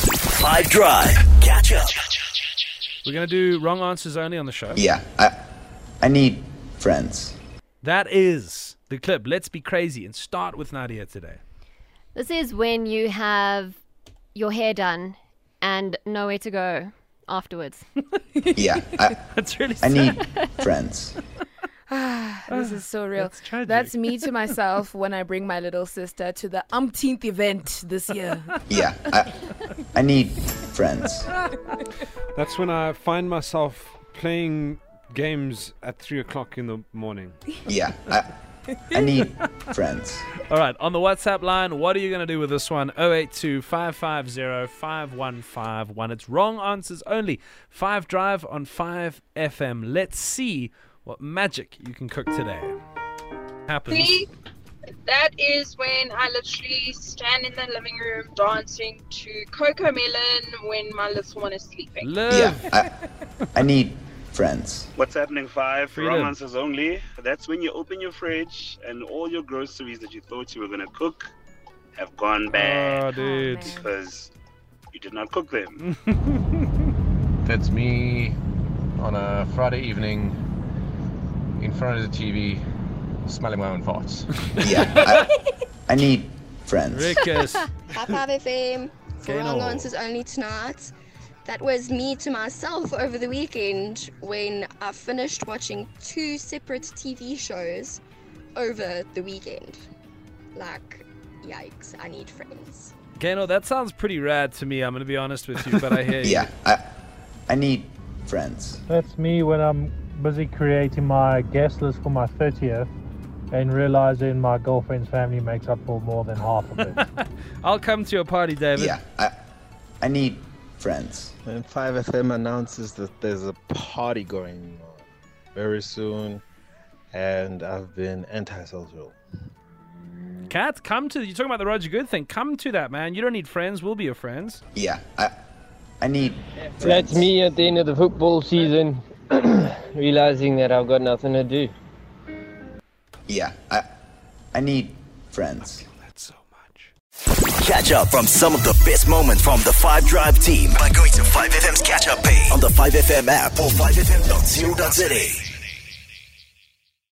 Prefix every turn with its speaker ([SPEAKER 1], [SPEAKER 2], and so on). [SPEAKER 1] Five Drive. Catch up.
[SPEAKER 2] We're going to do wrong answers only on the show.
[SPEAKER 3] Yeah, I, I need friends.
[SPEAKER 2] That is the clip. Let's be crazy and start with Nadia today.
[SPEAKER 4] This is when you have your hair done and nowhere to go afterwards.
[SPEAKER 3] Yeah, I,
[SPEAKER 2] That's really
[SPEAKER 3] I
[SPEAKER 2] sad.
[SPEAKER 3] need friends.
[SPEAKER 5] This is so real.
[SPEAKER 2] That's tragic.
[SPEAKER 5] me to myself when I bring my little sister to the umpteenth event this year.
[SPEAKER 3] Yeah, I, I need friends.
[SPEAKER 6] That's when I find myself playing games at three o'clock in the morning.
[SPEAKER 3] Yeah, I, I need friends.
[SPEAKER 2] All right, on the WhatsApp line, what are you going to do with this one? 082 550 5151. It's wrong answers only. Five Drive on 5FM. Let's see what magic you can cook today. Happens.
[SPEAKER 7] Me, that is when I literally stand in the living room dancing to Coco Melon when my little one is sleeping.
[SPEAKER 3] Yeah,
[SPEAKER 2] Live.
[SPEAKER 3] I, I need friends.
[SPEAKER 8] What's happening, five?
[SPEAKER 2] Freedom.
[SPEAKER 8] Wrong answers only. That's when you open your fridge and all your groceries that you thought you were going to cook have gone bad
[SPEAKER 2] Oh, dude.
[SPEAKER 5] man.
[SPEAKER 8] because you did not cook them.
[SPEAKER 9] That's me on a Friday evening in front of the TV smelling my own farts.
[SPEAKER 3] Yeah, I, I need friends.
[SPEAKER 2] Rickers.
[SPEAKER 10] High Five FM. For
[SPEAKER 2] Gain
[SPEAKER 10] wrong
[SPEAKER 2] all.
[SPEAKER 10] answers only tonight. That was me to myself over the weekend when I finished watching two separate TV shows over the weekend. Like, yikes, I need friends.
[SPEAKER 2] Gano, that sounds pretty rad to me. I'm going to be honest with you, but I hear you.
[SPEAKER 3] Yeah, I, I need friends.
[SPEAKER 11] That's me when I'm busy creating my guest list for my 30th and realizing my girlfriend's family makes up for more than half of it.
[SPEAKER 2] I'll come to your party, David.
[SPEAKER 3] Yeah, I, I need friends.
[SPEAKER 9] When 5FM announces that there's a party going on very soon, and I've been antisocial.
[SPEAKER 2] Kat, come to. You're talking about the Roger Good thing. Come to that, man. You don't need friends. We'll be your friends.
[SPEAKER 3] Yeah, I, I need friends.
[SPEAKER 11] That's me at the end of the football season realizing that I've got nothing to do.
[SPEAKER 3] Yeah, I, I need friends.
[SPEAKER 2] That's so much.
[SPEAKER 1] Catch up from some of the best moments from the Five Drive team by going to 5FM's catch up page on the 5FM app or 5FM.co.za.